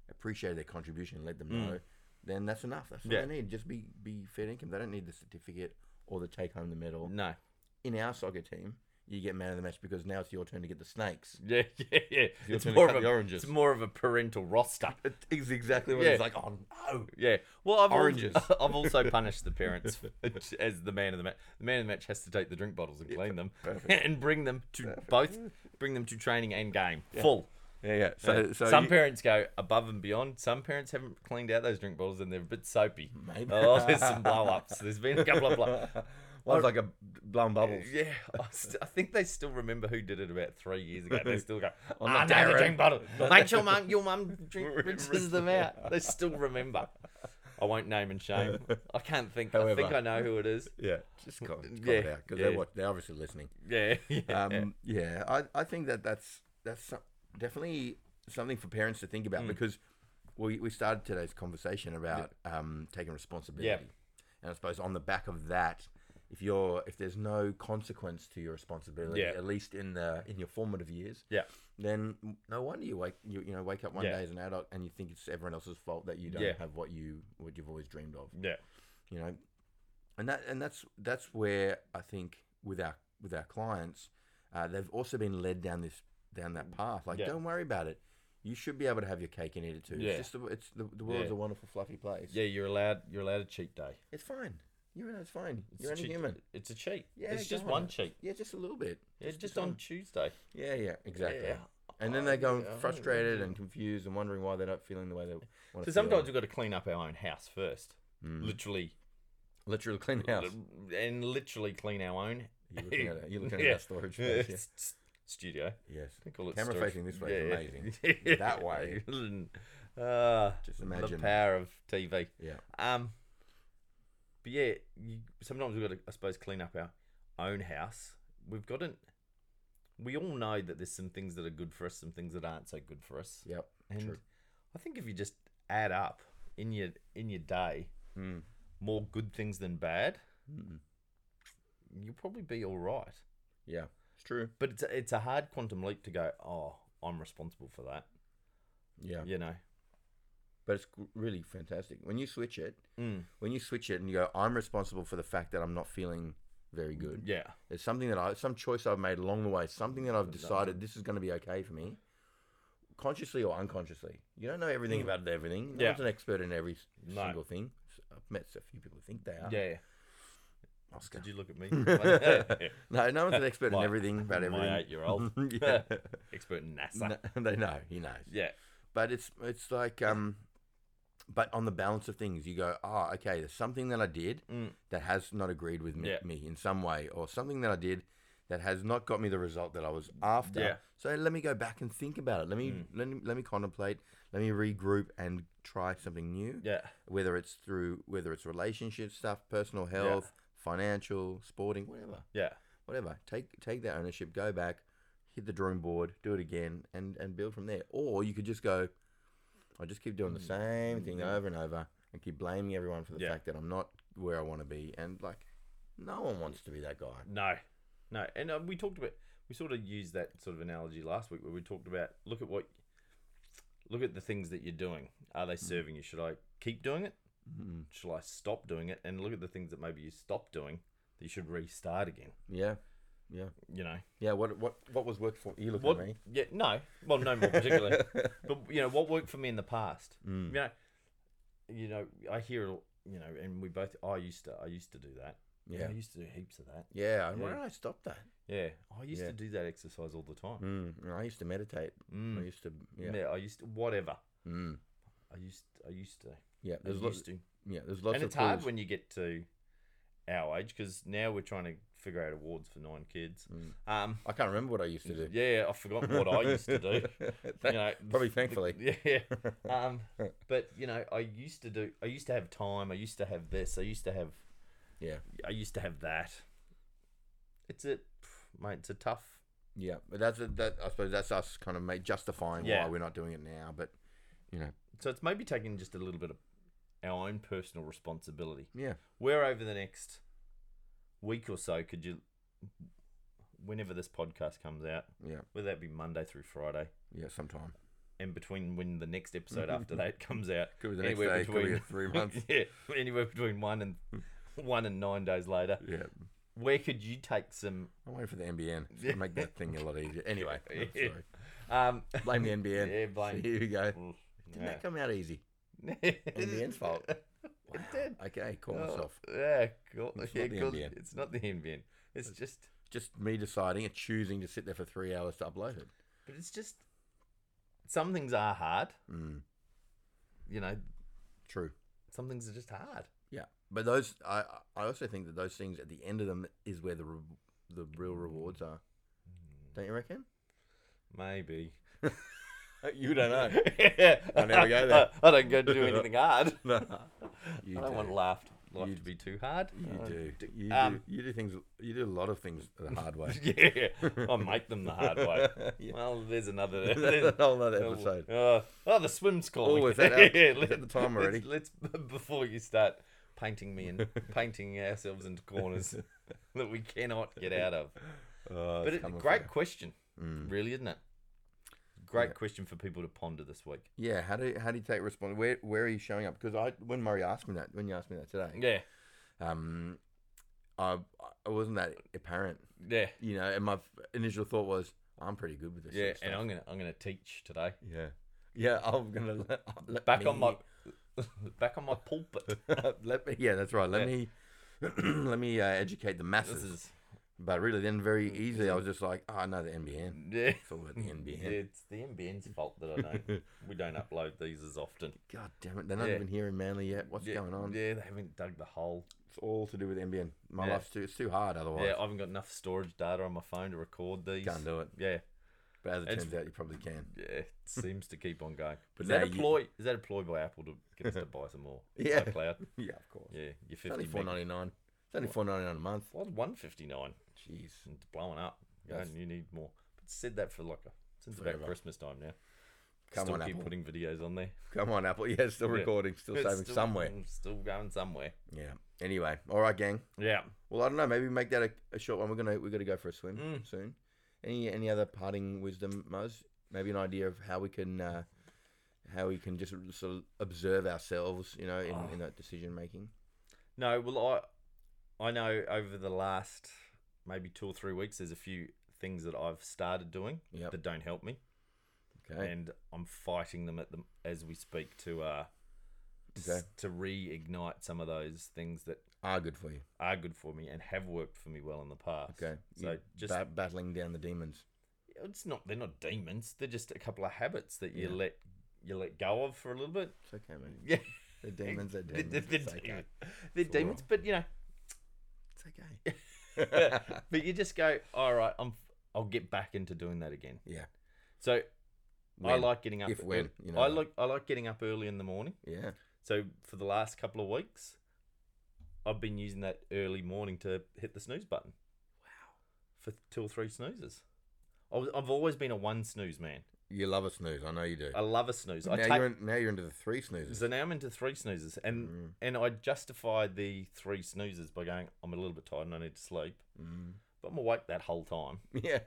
[SPEAKER 2] appreciate their contribution, let them know, then that's enough. That's what
[SPEAKER 1] Yeah.
[SPEAKER 2] they need. Just be be fair income. They don't need the certificate or the take home the medal
[SPEAKER 1] No.
[SPEAKER 2] in our soccer team, you get man of the match because now it's your turn to get the snakes.
[SPEAKER 1] Yeah, yeah, yeah.
[SPEAKER 2] You're
[SPEAKER 1] It's
[SPEAKER 2] trying to
[SPEAKER 1] more,
[SPEAKER 2] cut
[SPEAKER 1] of
[SPEAKER 2] the
[SPEAKER 1] a,
[SPEAKER 2] oranges.
[SPEAKER 1] it's more of a parental roster.
[SPEAKER 2] It's exactly what
[SPEAKER 1] Yeah.
[SPEAKER 2] it's like. Oh no!
[SPEAKER 1] Yeah. Well, I've al-
[SPEAKER 2] Oranges.
[SPEAKER 1] I've also punished the parents as the man of the match. The man of the match has to take the drink bottles and clean them and bring them to both bring them to training and game full.
[SPEAKER 2] Yeah, yeah. So, Uh, so
[SPEAKER 1] some
[SPEAKER 2] you-
[SPEAKER 1] parents go above and beyond. Some parents haven't cleaned out those drink bottles and they're a bit soapy.
[SPEAKER 2] Maybe.
[SPEAKER 1] Oh, there's some blow ups. There's been a couple of blow.
[SPEAKER 2] one's like a blown bubbles.
[SPEAKER 1] Yeah, I, st- I think they still remember who did it about three years ago. They still go,
[SPEAKER 2] the
[SPEAKER 1] "Ah, no, the
[SPEAKER 2] Darren."
[SPEAKER 1] drink bottle. Make sure mum, your mum drink, rinses them out. They still remember. I won't name and shame. I can't think. I think
[SPEAKER 2] However.
[SPEAKER 1] I know who it is.
[SPEAKER 2] Yeah, just got,
[SPEAKER 1] Yeah,
[SPEAKER 2] it out because
[SPEAKER 1] yeah.
[SPEAKER 2] they're what, they're obviously listening.
[SPEAKER 1] Yeah, yeah,
[SPEAKER 2] Um, yeah, I, I think that that's that's some, definitely something for parents to think
[SPEAKER 1] Mm.
[SPEAKER 2] about because we we started today's conversation about um, taking responsibility, and I suppose on the back of that, if you're if there's no consequence to your responsibility,
[SPEAKER 1] Yeah.
[SPEAKER 2] at least in the in your formative years,
[SPEAKER 1] yeah,
[SPEAKER 2] then no wonder you wake you, you know wake up one
[SPEAKER 1] Yeah.
[SPEAKER 2] day as an adult and you think it's everyone else's fault that you don't
[SPEAKER 1] Yeah.
[SPEAKER 2] have what you what you've always dreamed of
[SPEAKER 1] yeah,
[SPEAKER 2] you know, and that and that's that's where I think with our with our clients, uh, they've also been led down this down that path. Like,
[SPEAKER 1] Yeah.
[SPEAKER 2] don't worry about it. You should be able to have your cake and eat it too.
[SPEAKER 1] Yeah.
[SPEAKER 2] It's just the, it's the, the world's
[SPEAKER 1] Yeah.
[SPEAKER 2] a wonderful fluffy place.
[SPEAKER 1] Yeah, you're allowed. You're allowed a cheat day.
[SPEAKER 2] It's fine. You're it's fine.
[SPEAKER 1] It's
[SPEAKER 2] You're
[SPEAKER 1] a
[SPEAKER 2] only
[SPEAKER 1] cheat-
[SPEAKER 2] human.
[SPEAKER 1] It's a cheat.
[SPEAKER 2] Yeah,
[SPEAKER 1] it's just
[SPEAKER 2] go on.
[SPEAKER 1] one cheat.
[SPEAKER 2] Yeah, just a little bit.
[SPEAKER 1] Yeah, just,
[SPEAKER 2] one-
[SPEAKER 1] on Tuesday.
[SPEAKER 2] Yeah, yeah, exactly.
[SPEAKER 1] Yeah.
[SPEAKER 2] And then
[SPEAKER 1] Oh,
[SPEAKER 2] they go
[SPEAKER 1] yeah.
[SPEAKER 2] frustrated and confused and wondering why they're not feeling the way they want to.
[SPEAKER 1] So sometimes we've got to clean up our own house first. Literally,
[SPEAKER 2] literally clean Mm. house.
[SPEAKER 1] and literally clean our own.
[SPEAKER 2] You're looking at it. You're looking at
[SPEAKER 1] Yeah.
[SPEAKER 2] our storage space. Yeah.
[SPEAKER 1] S- s- Studio.
[SPEAKER 2] Yes.
[SPEAKER 1] They call it
[SPEAKER 2] Camera
[SPEAKER 1] storage.
[SPEAKER 2] facing this way is
[SPEAKER 1] Yeah.
[SPEAKER 2] amazing. that way.
[SPEAKER 1] Ah,
[SPEAKER 2] Just
[SPEAKER 1] the
[SPEAKER 2] imagine.
[SPEAKER 1] power of TV.
[SPEAKER 2] Yeah.
[SPEAKER 1] Um, but yeah, you, sometimes we've got to, I suppose, clean up our own house. We've got to, we all know that there's some things that are good for us, some things that aren't so good for us.
[SPEAKER 2] Yep.
[SPEAKER 1] and
[SPEAKER 2] true.
[SPEAKER 1] I think if you just add up in your in your day,
[SPEAKER 2] Mm.
[SPEAKER 1] more good things than bad,
[SPEAKER 2] Mm.
[SPEAKER 1] you'll probably be all right.
[SPEAKER 2] Yeah. It's true.
[SPEAKER 1] But it's a, it's a hard quantum leap to go. Oh, I'm responsible for that.
[SPEAKER 2] Yeah.
[SPEAKER 1] You know.
[SPEAKER 2] But it's g- really fantastic when you switch it.
[SPEAKER 1] Mm.
[SPEAKER 2] When you switch it and you go, I'm responsible for the fact that I'm not feeling very good.
[SPEAKER 1] Yeah.
[SPEAKER 2] It's something that I, some choice I've made along the way, something that I've decided this is going to be okay for me, consciously or unconsciously. You don't know everything about everything. No
[SPEAKER 1] Mm. Yeah.
[SPEAKER 2] one's an expert in every s-
[SPEAKER 1] No.
[SPEAKER 2] single thing. S- I've met a few people who think they are.
[SPEAKER 1] Yeah.
[SPEAKER 2] Oscar.
[SPEAKER 1] Did you look at me?
[SPEAKER 2] no, no one's an expert in
[SPEAKER 1] My-
[SPEAKER 2] everything about
[SPEAKER 1] My
[SPEAKER 2] everything.
[SPEAKER 1] eight-year-old
[SPEAKER 2] yeah.
[SPEAKER 1] expert in NASA.
[SPEAKER 2] No, they know. He knows.
[SPEAKER 1] Yeah.
[SPEAKER 2] But it's it's like um, but on the balance of things, you go, oh, okay, there's something that I did
[SPEAKER 1] Mm.
[SPEAKER 2] that has not agreed with me,
[SPEAKER 1] Yeah.
[SPEAKER 2] me in some way, or something that I did that has not got me the result that I was after.
[SPEAKER 1] Yeah. Mm.
[SPEAKER 2] So let me go back and think about it. Let me, let me let me contemplate. Let me regroup and try something new.
[SPEAKER 1] Yeah.
[SPEAKER 2] Whether it's through whether it's relationship stuff, personal health, financial, sporting, whatever,
[SPEAKER 1] Yeah.
[SPEAKER 2] whatever. Take take that ownership. Go back, hit the drawing board, do it again, and and build from there. Or you could just go. I just keep doing the same thing over and over, and keep blaming everyone for the
[SPEAKER 1] Mm. Mm-hmm. Yeah.
[SPEAKER 2] fact that I'm not where I want to be, and like, no one wants to be that guy.
[SPEAKER 1] No, no. And uh, we talked about we sort of used that sort of analogy last week where we talked about look at what look at the things that you're doing. Are they serving you? Should I keep doing it?
[SPEAKER 2] Mm.
[SPEAKER 1] Shall I stop doing it? And look at the things that maybe you stop doing that you should restart again.
[SPEAKER 2] Yeah, yeah,
[SPEAKER 1] You know
[SPEAKER 2] yeah. What what what was worked for you? Look
[SPEAKER 1] what?
[SPEAKER 2] at me.
[SPEAKER 1] Yeah, no. Well, no more particularly. but you know what worked for me in the past.
[SPEAKER 2] Mm.
[SPEAKER 1] You know, you know. I hear it all. You know, and we both. I used to. I used to do that.
[SPEAKER 2] Yeah.
[SPEAKER 1] I used to do heaps of that.
[SPEAKER 2] Yeah, and why
[SPEAKER 1] Yeah.
[SPEAKER 2] did I stop that?
[SPEAKER 1] Yeah, I used
[SPEAKER 2] Yeah.
[SPEAKER 1] to do that exercise all the time. Mm.
[SPEAKER 2] Mm. and I used to meditate. I used to. Yeah.
[SPEAKER 1] Yeah. I used to, whatever.
[SPEAKER 2] Mm.
[SPEAKER 1] I used I used to.
[SPEAKER 2] Yeah.
[SPEAKER 1] I
[SPEAKER 2] There's
[SPEAKER 1] used
[SPEAKER 2] lots.
[SPEAKER 1] to.
[SPEAKER 2] Yeah. There's lots
[SPEAKER 1] and
[SPEAKER 2] of.
[SPEAKER 1] it's hard
[SPEAKER 2] tools.
[SPEAKER 1] when you get to our age because now we're trying to figure out awards for nine kids. Um,
[SPEAKER 2] I can't remember what I used to Mm. do.
[SPEAKER 1] yeah, I've forgotten what I used to do. You know,
[SPEAKER 2] Probably thankfully.
[SPEAKER 1] yeah. Um, but you know, I used to do. I used to have time. I used to have this. I used to have.
[SPEAKER 2] Yeah.
[SPEAKER 1] I used to have that. It's a, mate. It's a tough.
[SPEAKER 2] Yeah. But that's a, that. I suppose that's us kind of make, justifying
[SPEAKER 1] Yeah.
[SPEAKER 2] why we're not doing it now. But you know.
[SPEAKER 1] So it's maybe taking just a little bit of our own personal responsibility.
[SPEAKER 2] Yeah.
[SPEAKER 1] where over the next week or so could you whenever this podcast comes out
[SPEAKER 2] Yeah.
[SPEAKER 1] whether that be monday through friday
[SPEAKER 2] Yeah. Sometime.
[SPEAKER 1] and between when the next episode after that comes out
[SPEAKER 2] Could be the next day, could be three months.
[SPEAKER 1] yeah anywhere between one and one and nine days later
[SPEAKER 2] Yeah.
[SPEAKER 1] where could you take some
[SPEAKER 2] I'm waiting for the NBN. It's gonna make that thing a lot easier. Anyway. I'm sorry.
[SPEAKER 1] um
[SPEAKER 2] Blame the NBN.
[SPEAKER 1] Yeah, blame-
[SPEAKER 2] Here we go. Didn't
[SPEAKER 1] yeah.
[SPEAKER 2] that come out easy? NBN's fault.
[SPEAKER 1] it did
[SPEAKER 2] Okay. Call
[SPEAKER 1] Oh,
[SPEAKER 2] myself.
[SPEAKER 1] yeah cool
[SPEAKER 2] It's
[SPEAKER 1] yeah,
[SPEAKER 2] not the
[SPEAKER 1] cool.
[SPEAKER 2] NBN.
[SPEAKER 1] it's not the NBN. it's just
[SPEAKER 2] Just me deciding and choosing to sit there for three hours to upload it.
[SPEAKER 1] But it's just some things are hard.
[SPEAKER 2] Mm.
[SPEAKER 1] You know,
[SPEAKER 2] True.
[SPEAKER 1] some things are just hard.
[SPEAKER 2] Yeah, but those I I also think that those things at the end of them is where the re- the real rewards are. Don't you reckon?
[SPEAKER 1] Maybe.
[SPEAKER 2] Uh, You don't know.
[SPEAKER 1] I
[SPEAKER 2] never go there.
[SPEAKER 1] I don't go do anything hard.
[SPEAKER 2] you
[SPEAKER 1] I don't
[SPEAKER 2] do.
[SPEAKER 1] want laughed life
[SPEAKER 2] You-
[SPEAKER 1] to be too hard.
[SPEAKER 2] You
[SPEAKER 1] Uh,
[SPEAKER 2] do. Oh, You do.
[SPEAKER 1] Um,
[SPEAKER 2] You do things. You do a lot of things the hard way.
[SPEAKER 1] yeah, I make them the hard way.
[SPEAKER 2] Yeah.
[SPEAKER 1] Well, there's another.
[SPEAKER 2] That's a
[SPEAKER 1] There's,
[SPEAKER 2] whole other episode.
[SPEAKER 1] Uh, oh, the swim's calling.
[SPEAKER 2] Oh, is that out- is that the time
[SPEAKER 1] let's-
[SPEAKER 2] already?
[SPEAKER 1] Let's, before you start painting me and painting ourselves into corners that we cannot get out of.
[SPEAKER 2] Oh,
[SPEAKER 1] But
[SPEAKER 2] it's
[SPEAKER 1] it,
[SPEAKER 2] coming
[SPEAKER 1] great
[SPEAKER 2] for you.
[SPEAKER 1] question, really, isn't it? Great
[SPEAKER 2] Yeah.
[SPEAKER 1] question for people to ponder this week.
[SPEAKER 2] Yeah. How do you, how do you take response? Where where are you showing up? Because um, I when Murray asked me that when you asked me that today,
[SPEAKER 1] Yeah,
[SPEAKER 2] um, I it wasn't that apparent,
[SPEAKER 1] Yeah,
[SPEAKER 2] you know. And my f- initial thought was, I'm pretty good with this.
[SPEAKER 1] yeah.
[SPEAKER 2] sort of
[SPEAKER 1] And
[SPEAKER 2] stuff."
[SPEAKER 1] I'm gonna I'm gonna teach today.
[SPEAKER 2] yeah, yeah. I'm gonna let, let
[SPEAKER 1] Back on
[SPEAKER 2] me-
[SPEAKER 1] my back on my pulpit.
[SPEAKER 2] let me. Yeah, that's right. Let
[SPEAKER 1] Yeah.
[SPEAKER 2] me let me uh, educate the masses.
[SPEAKER 1] This is Mm,
[SPEAKER 2] But really, then very easily, I was just like, oh, I know the NBN.
[SPEAKER 1] yeah.
[SPEAKER 2] It's all about the NBN.
[SPEAKER 1] It's the NBN's fault that I don't. we don't upload these as often.
[SPEAKER 2] God damn it, they're not
[SPEAKER 1] Yeah.
[SPEAKER 2] even here in Manly yet. What's
[SPEAKER 1] yeah,
[SPEAKER 2] going on?
[SPEAKER 1] Yeah, they haven't dug the hole.
[SPEAKER 2] It's all to do with NBN. My
[SPEAKER 1] Yeah.
[SPEAKER 2] life's too. It's too hard otherwise.
[SPEAKER 1] Yeah, I haven't got enough storage data on my phone to record these.
[SPEAKER 2] Can't do it.
[SPEAKER 1] Yeah,
[SPEAKER 2] But as it
[SPEAKER 1] It's-
[SPEAKER 2] turns out, you probably can.
[SPEAKER 1] yeah. It seems to keep on going.
[SPEAKER 2] But
[SPEAKER 1] is that
[SPEAKER 2] now
[SPEAKER 1] a
[SPEAKER 2] you-
[SPEAKER 1] ploy? Is that a ploy by Apple to get us to buy some more
[SPEAKER 2] Yeah.
[SPEAKER 1] iCloud?
[SPEAKER 2] Yeah, of course.
[SPEAKER 1] Yeah, you're
[SPEAKER 2] It's
[SPEAKER 1] fifty.
[SPEAKER 2] only four
[SPEAKER 1] Big,
[SPEAKER 2] ninety nine. It's only four ninety nine a month.
[SPEAKER 1] well, one fifty nine.
[SPEAKER 2] Jeez.
[SPEAKER 1] It's blowing up. You,
[SPEAKER 2] That's-
[SPEAKER 1] know, you need more. But said that for like a, since
[SPEAKER 2] Forever.
[SPEAKER 1] about Christmas time now.
[SPEAKER 2] Come
[SPEAKER 1] still
[SPEAKER 2] on,
[SPEAKER 1] keep
[SPEAKER 2] Apple.
[SPEAKER 1] putting videos on there.
[SPEAKER 2] Come on, Apple. Yeah, still
[SPEAKER 1] Yeah.
[SPEAKER 2] recording, still
[SPEAKER 1] It's
[SPEAKER 2] saving somewhere.
[SPEAKER 1] Still going somewhere.
[SPEAKER 2] Yeah. Anyway, all right, gang.
[SPEAKER 1] Yeah.
[SPEAKER 2] Well, I don't know. Maybe make that a, a short one. We're gonna we're gonna go for a swim
[SPEAKER 1] Mm.
[SPEAKER 2] soon. Any any other parting wisdom, Muzz? Maybe an idea of how we can uh, how we can just sort of observe ourselves, you know, in,
[SPEAKER 1] Oh.
[SPEAKER 2] in that decision making.
[SPEAKER 1] No, well, I I know over the last maybe two or three weeks, there's a few things that I've started doing
[SPEAKER 2] Yep.
[SPEAKER 1] that don't help me,
[SPEAKER 2] Okay.
[SPEAKER 1] and I'm fighting them at the as we speak to uh to,
[SPEAKER 2] Okay.
[SPEAKER 1] s- to reignite some of those things that
[SPEAKER 2] Are Ah, good for you.
[SPEAKER 1] are good for me and have worked for me well in the past.
[SPEAKER 2] Okay.
[SPEAKER 1] so
[SPEAKER 2] You
[SPEAKER 1] just
[SPEAKER 2] bat- battling down the demons.
[SPEAKER 1] it's not they're not demons. They're just a couple of habits that you
[SPEAKER 2] Yeah.
[SPEAKER 1] let you let go of for a little bit.
[SPEAKER 2] It's okay, man.
[SPEAKER 1] Yeah,
[SPEAKER 2] The demons are
[SPEAKER 1] they're,
[SPEAKER 2] demons.
[SPEAKER 1] they're,
[SPEAKER 2] it's, okay.
[SPEAKER 1] demons. They're
[SPEAKER 2] all right.
[SPEAKER 1] demons, but you know,
[SPEAKER 2] it's okay.
[SPEAKER 1] but you just go, all right, I'm I'll get back into doing that again.
[SPEAKER 2] yeah.
[SPEAKER 1] So I
[SPEAKER 2] When,
[SPEAKER 1] like getting up.
[SPEAKER 2] if when,
[SPEAKER 1] ear-
[SPEAKER 2] you know
[SPEAKER 1] I
[SPEAKER 2] that.
[SPEAKER 1] like I like getting up early in the morning.
[SPEAKER 2] Yeah.
[SPEAKER 1] So for the last couple of weeks, I've been using that early morning to hit the snooze button. Wow. For two or three snoozes. I was, I've always been a one snooze man.
[SPEAKER 2] You love a snooze. I know you do.
[SPEAKER 1] I love a snooze. I
[SPEAKER 2] now
[SPEAKER 1] take-
[SPEAKER 2] you're in, Mm. now you're into the three snoozes.
[SPEAKER 1] So now I'm into three snoozes, and and I justify the three snoozes by going, I'm a little bit tired and I need to sleep,
[SPEAKER 2] Mm.
[SPEAKER 1] but I'm awake that whole time.
[SPEAKER 2] Yeah.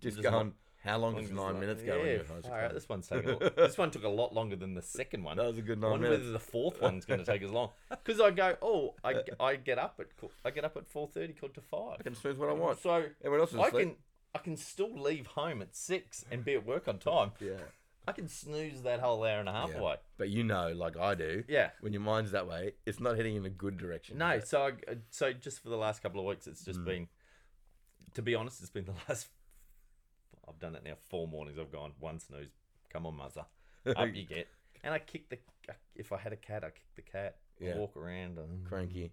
[SPEAKER 2] Just,
[SPEAKER 1] just
[SPEAKER 2] going. How long
[SPEAKER 1] I'm
[SPEAKER 2] does
[SPEAKER 1] just
[SPEAKER 2] nine
[SPEAKER 1] like,
[SPEAKER 2] minutes go? in
[SPEAKER 1] Yeah,
[SPEAKER 2] your house?
[SPEAKER 1] all right, this one's taking. A, lo- this one took a lot longer than the second one.
[SPEAKER 2] That was a good
[SPEAKER 1] I
[SPEAKER 2] nine
[SPEAKER 1] wonder
[SPEAKER 2] minutes.
[SPEAKER 1] whether the fourth one's going to take as long. Because I go, oh, I, I get up at qu- I get up at four thirty, quarter to five.
[SPEAKER 2] I can snooze what I want.
[SPEAKER 1] So
[SPEAKER 2] Everyone else is
[SPEAKER 1] I
[SPEAKER 2] asleep.
[SPEAKER 1] can I can still leave home at six and be at work on time.
[SPEAKER 2] Yeah.
[SPEAKER 1] I can snooze that whole hour and a half
[SPEAKER 2] Yeah.
[SPEAKER 1] away.
[SPEAKER 2] But you know, like I do,
[SPEAKER 1] Yeah.
[SPEAKER 2] when your mind's that way, it's not heading in a good direction.
[SPEAKER 1] No,
[SPEAKER 2] is it?
[SPEAKER 1] so I, so just for the last couple of weeks, it's just
[SPEAKER 2] Mm.
[SPEAKER 1] been, to be honest, it's been the last. I've done it now four mornings. I've gone one snooze. Come on, mother, up you get. And I kick the. If I had a cat, I kick the cat.
[SPEAKER 2] Yeah.
[SPEAKER 1] Walk around, and,
[SPEAKER 2] cranky.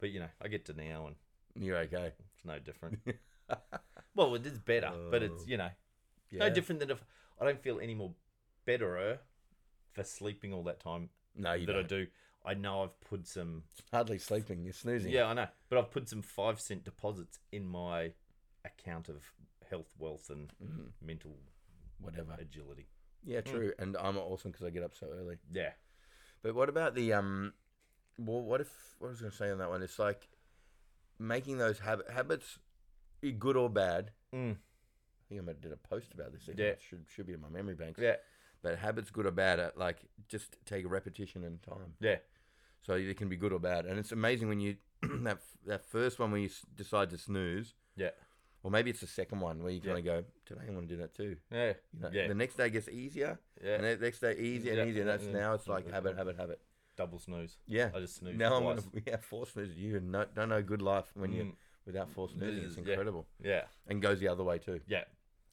[SPEAKER 1] but you know, I get to now and
[SPEAKER 2] You're okay.
[SPEAKER 1] it's no different. well, it is better, but it's you know
[SPEAKER 2] Oh. Yeah.
[SPEAKER 1] no different than if I don't feel any more betterer for sleeping all that time
[SPEAKER 2] No, Oh, you
[SPEAKER 1] that I
[SPEAKER 2] don't.
[SPEAKER 1] do. I know I've put some
[SPEAKER 2] Hardly sleeping. You're snoozing.
[SPEAKER 1] Yeah, I know. But I've put some five cent deposits in my account of health, wealth, and mental
[SPEAKER 2] Mm-hmm. Whatever.
[SPEAKER 1] agility.
[SPEAKER 2] Yeah,
[SPEAKER 1] Hmm.
[SPEAKER 2] true. And I'm awesome because I get up so early.
[SPEAKER 1] Yeah.
[SPEAKER 2] But what about the um? Well, what if what I was going to say on that one? It's like making those habit habits, eh, good or bad.
[SPEAKER 1] Mm.
[SPEAKER 2] I think I might did a post about this.
[SPEAKER 1] Yeah.
[SPEAKER 2] Yeah, should should be in my memory banks.
[SPEAKER 1] Yeah.
[SPEAKER 2] But habits, good or bad, are like just take repetition and time.
[SPEAKER 1] Yeah.
[SPEAKER 2] So it can be good or bad, and it's amazing when you that that first one when you s- decide to snooze,
[SPEAKER 1] Yeah.
[SPEAKER 2] or maybe it's the second one where you kind of go, today I want to do that too.
[SPEAKER 1] Yeah.
[SPEAKER 2] You know,
[SPEAKER 1] Yeah.
[SPEAKER 2] The next day gets easier,
[SPEAKER 1] Yeah.
[SPEAKER 2] and the next day easier
[SPEAKER 1] Yeah, Mm-hmm.
[SPEAKER 2] and easier. And
[SPEAKER 1] yeah,
[SPEAKER 2] that's
[SPEAKER 1] yeah.
[SPEAKER 2] now it's like habit, habit, habit.
[SPEAKER 1] Double snooze.
[SPEAKER 2] Yeah.
[SPEAKER 1] I just snoozed
[SPEAKER 2] Now I'm gonna
[SPEAKER 1] twice.
[SPEAKER 2] yeah four snoozes. You no, don't know good life when you
[SPEAKER 1] Mm.
[SPEAKER 2] without four snoozing. It's
[SPEAKER 1] is- yeah.
[SPEAKER 2] incredible,
[SPEAKER 1] Yeah.
[SPEAKER 2] and goes the other way too.
[SPEAKER 1] Yeah.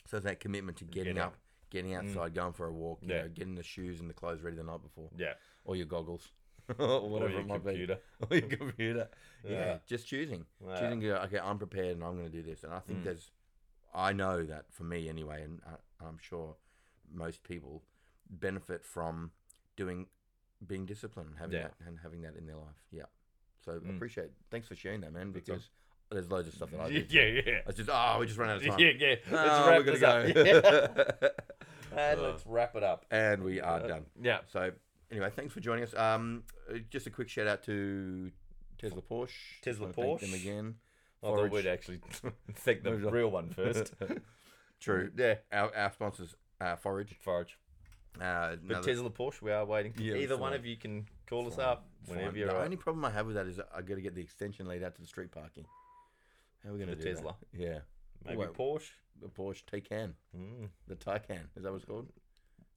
[SPEAKER 2] So it's that commitment to getting
[SPEAKER 1] out. Mm.
[SPEAKER 2] up, getting outside, going for a walk. You
[SPEAKER 1] Yeah.
[SPEAKER 2] know, getting the shoes and the clothes ready the night before,
[SPEAKER 1] Yeah.
[SPEAKER 2] or your goggles, or
[SPEAKER 1] Or
[SPEAKER 2] whatever
[SPEAKER 1] your
[SPEAKER 2] it might be.
[SPEAKER 1] computer.
[SPEAKER 2] or your computer. Yeah,
[SPEAKER 1] Yeah.
[SPEAKER 2] just choosing,
[SPEAKER 1] Yeah.
[SPEAKER 2] choosing. To go, uh, okay, I'm prepared and I'm going to do this. And I
[SPEAKER 1] Mm.
[SPEAKER 2] think there's, I know that for me anyway, and I, I'm sure most people benefit from doing, being disciplined, and having
[SPEAKER 1] Yeah. Mm.
[SPEAKER 2] that, and having that in their life. Yeah. So I appreciate. Thanks for sharing that, man.
[SPEAKER 1] all.
[SPEAKER 2] Because there's loads of stuff that I
[SPEAKER 1] Yeah.
[SPEAKER 2] do.
[SPEAKER 1] Yeah. Yeah.
[SPEAKER 2] I just oh, we just ran out of
[SPEAKER 1] Yeah.
[SPEAKER 2] time.
[SPEAKER 1] yeah. Let's
[SPEAKER 2] Oh,
[SPEAKER 1] wrap
[SPEAKER 2] we're
[SPEAKER 1] this
[SPEAKER 2] gonna
[SPEAKER 1] up.
[SPEAKER 2] go.
[SPEAKER 1] Yeah. and let's wrap it up.
[SPEAKER 2] and we are done.
[SPEAKER 1] Yeah.
[SPEAKER 2] So anyway, thanks for joining us. Um, uh, just a quick shout out to Tesla Porsche.
[SPEAKER 1] Tesla
[SPEAKER 2] Wanna thank them
[SPEAKER 1] Porsche.
[SPEAKER 2] again.
[SPEAKER 1] I thought
[SPEAKER 2] Forage-
[SPEAKER 1] we'd actually think the
[SPEAKER 2] Forage up.
[SPEAKER 1] real one first.
[SPEAKER 2] True.
[SPEAKER 1] yeah.
[SPEAKER 2] Our, our sponsors, uh, Forage.
[SPEAKER 1] Forage.
[SPEAKER 2] Uh,
[SPEAKER 1] But
[SPEAKER 2] another-
[SPEAKER 1] Tesla Porsche, we are waiting.
[SPEAKER 2] Yeah,
[SPEAKER 1] Either
[SPEAKER 2] it's
[SPEAKER 1] one
[SPEAKER 2] fine.
[SPEAKER 1] of you can call us
[SPEAKER 2] fine.
[SPEAKER 1] up
[SPEAKER 2] Fine.
[SPEAKER 1] whenever you're
[SPEAKER 2] The
[SPEAKER 1] up.
[SPEAKER 2] only problem I have with that is I got to get the extension lead out to the street parking. How are we going to
[SPEAKER 1] The
[SPEAKER 2] do that?
[SPEAKER 1] Tesla.
[SPEAKER 2] Yeah.
[SPEAKER 1] Maybe
[SPEAKER 2] Wait.
[SPEAKER 1] Porsche.
[SPEAKER 2] The Porsche Taycan.
[SPEAKER 1] Mm.
[SPEAKER 2] The Taycan. Is that what it's called?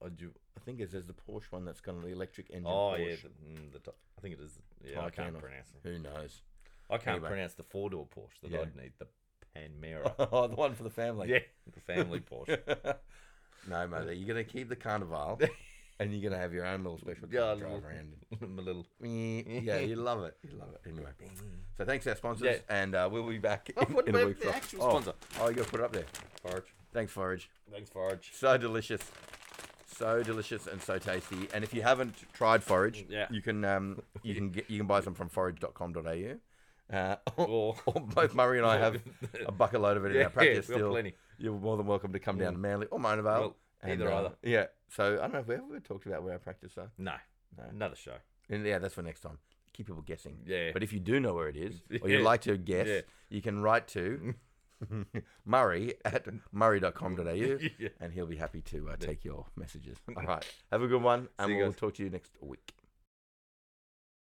[SPEAKER 1] Oh, do you-
[SPEAKER 2] I think it's there's the Porsche one that's got an electric engine.
[SPEAKER 1] oh,
[SPEAKER 2] Porsche.
[SPEAKER 1] yeah, the, mm, the top, I think it is. Yeah, I
[SPEAKER 2] Taycan
[SPEAKER 1] can't
[SPEAKER 2] or-
[SPEAKER 1] pronounce it.
[SPEAKER 2] Who knows?
[SPEAKER 1] I can't
[SPEAKER 2] Anyway.
[SPEAKER 1] pronounce the four door Porsche that
[SPEAKER 2] Yeah.
[SPEAKER 1] I'd need. The Panmera.
[SPEAKER 2] oh, the one for the family.
[SPEAKER 1] yeah, the family Porsche.
[SPEAKER 2] no, mate. You're going to keep the Carnival and you're going to have your own little special
[SPEAKER 1] Yeah,
[SPEAKER 2] car
[SPEAKER 1] I
[SPEAKER 2] to drive
[SPEAKER 1] love-
[SPEAKER 2] around.
[SPEAKER 1] My little.
[SPEAKER 2] in. yeah, you love it. You love it. Anyway. So thanks to our sponsors,
[SPEAKER 1] Yeah.
[SPEAKER 2] and uh, we'll be back
[SPEAKER 1] Oh,
[SPEAKER 2] in,
[SPEAKER 1] what
[SPEAKER 2] in a
[SPEAKER 1] about
[SPEAKER 2] week.
[SPEAKER 1] the
[SPEAKER 2] from-
[SPEAKER 1] actual
[SPEAKER 2] oh,
[SPEAKER 1] sponsor?
[SPEAKER 2] Oh, you got to put it up there.
[SPEAKER 1] Forage.
[SPEAKER 2] Thanks, Forage.
[SPEAKER 1] Thanks, Forage.
[SPEAKER 2] So delicious. So delicious and so tasty. And if you haven't tried forage,
[SPEAKER 1] Yeah.
[SPEAKER 2] you can um, you can get you can buy some from forage.com.au. Uh,
[SPEAKER 1] Or-
[SPEAKER 2] or, or both Murray and I have a bucket load of it in
[SPEAKER 1] Yeah,
[SPEAKER 2] our practice.
[SPEAKER 1] we've got
[SPEAKER 2] still,
[SPEAKER 1] plenty. Mm.
[SPEAKER 2] you're more than welcome to come down to Manly or Monavale.
[SPEAKER 1] Well,
[SPEAKER 2] and,
[SPEAKER 1] either,
[SPEAKER 2] uh,
[SPEAKER 1] either.
[SPEAKER 2] Yeah. So I don't know if we ever talked about where our practice are.
[SPEAKER 1] No,
[SPEAKER 2] No.
[SPEAKER 1] another show.
[SPEAKER 2] And yeah, that's for next time. Keep people guessing.
[SPEAKER 1] Yeah.
[SPEAKER 2] But if you do know where it is, or you'd
[SPEAKER 1] Yeah.
[SPEAKER 2] like to guess,
[SPEAKER 1] Yeah.
[SPEAKER 2] you can write to Murray at murray.com.au
[SPEAKER 1] Yeah.
[SPEAKER 2] and he'll be happy to uh, take your messages. All right. Have a good one, and
[SPEAKER 1] See you
[SPEAKER 2] we'll
[SPEAKER 1] guys.
[SPEAKER 2] talk to you next week.